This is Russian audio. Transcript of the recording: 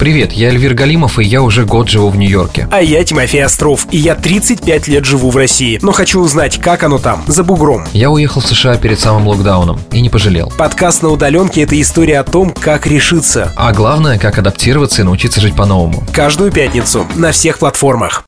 Привет, я Эльвир Галимов, и я уже год живу в Нью-Йорке. А я Тимофей Остров, и я 35 лет живу в России, но хочу узнать, как оно там, за бугром. Я уехал в США перед самым локдауном и не пожалел. Подкаст на удаленке – это история о том, как решиться. А главное, как адаптироваться и научиться жить по-новому. Каждую пятницу на всех платформах.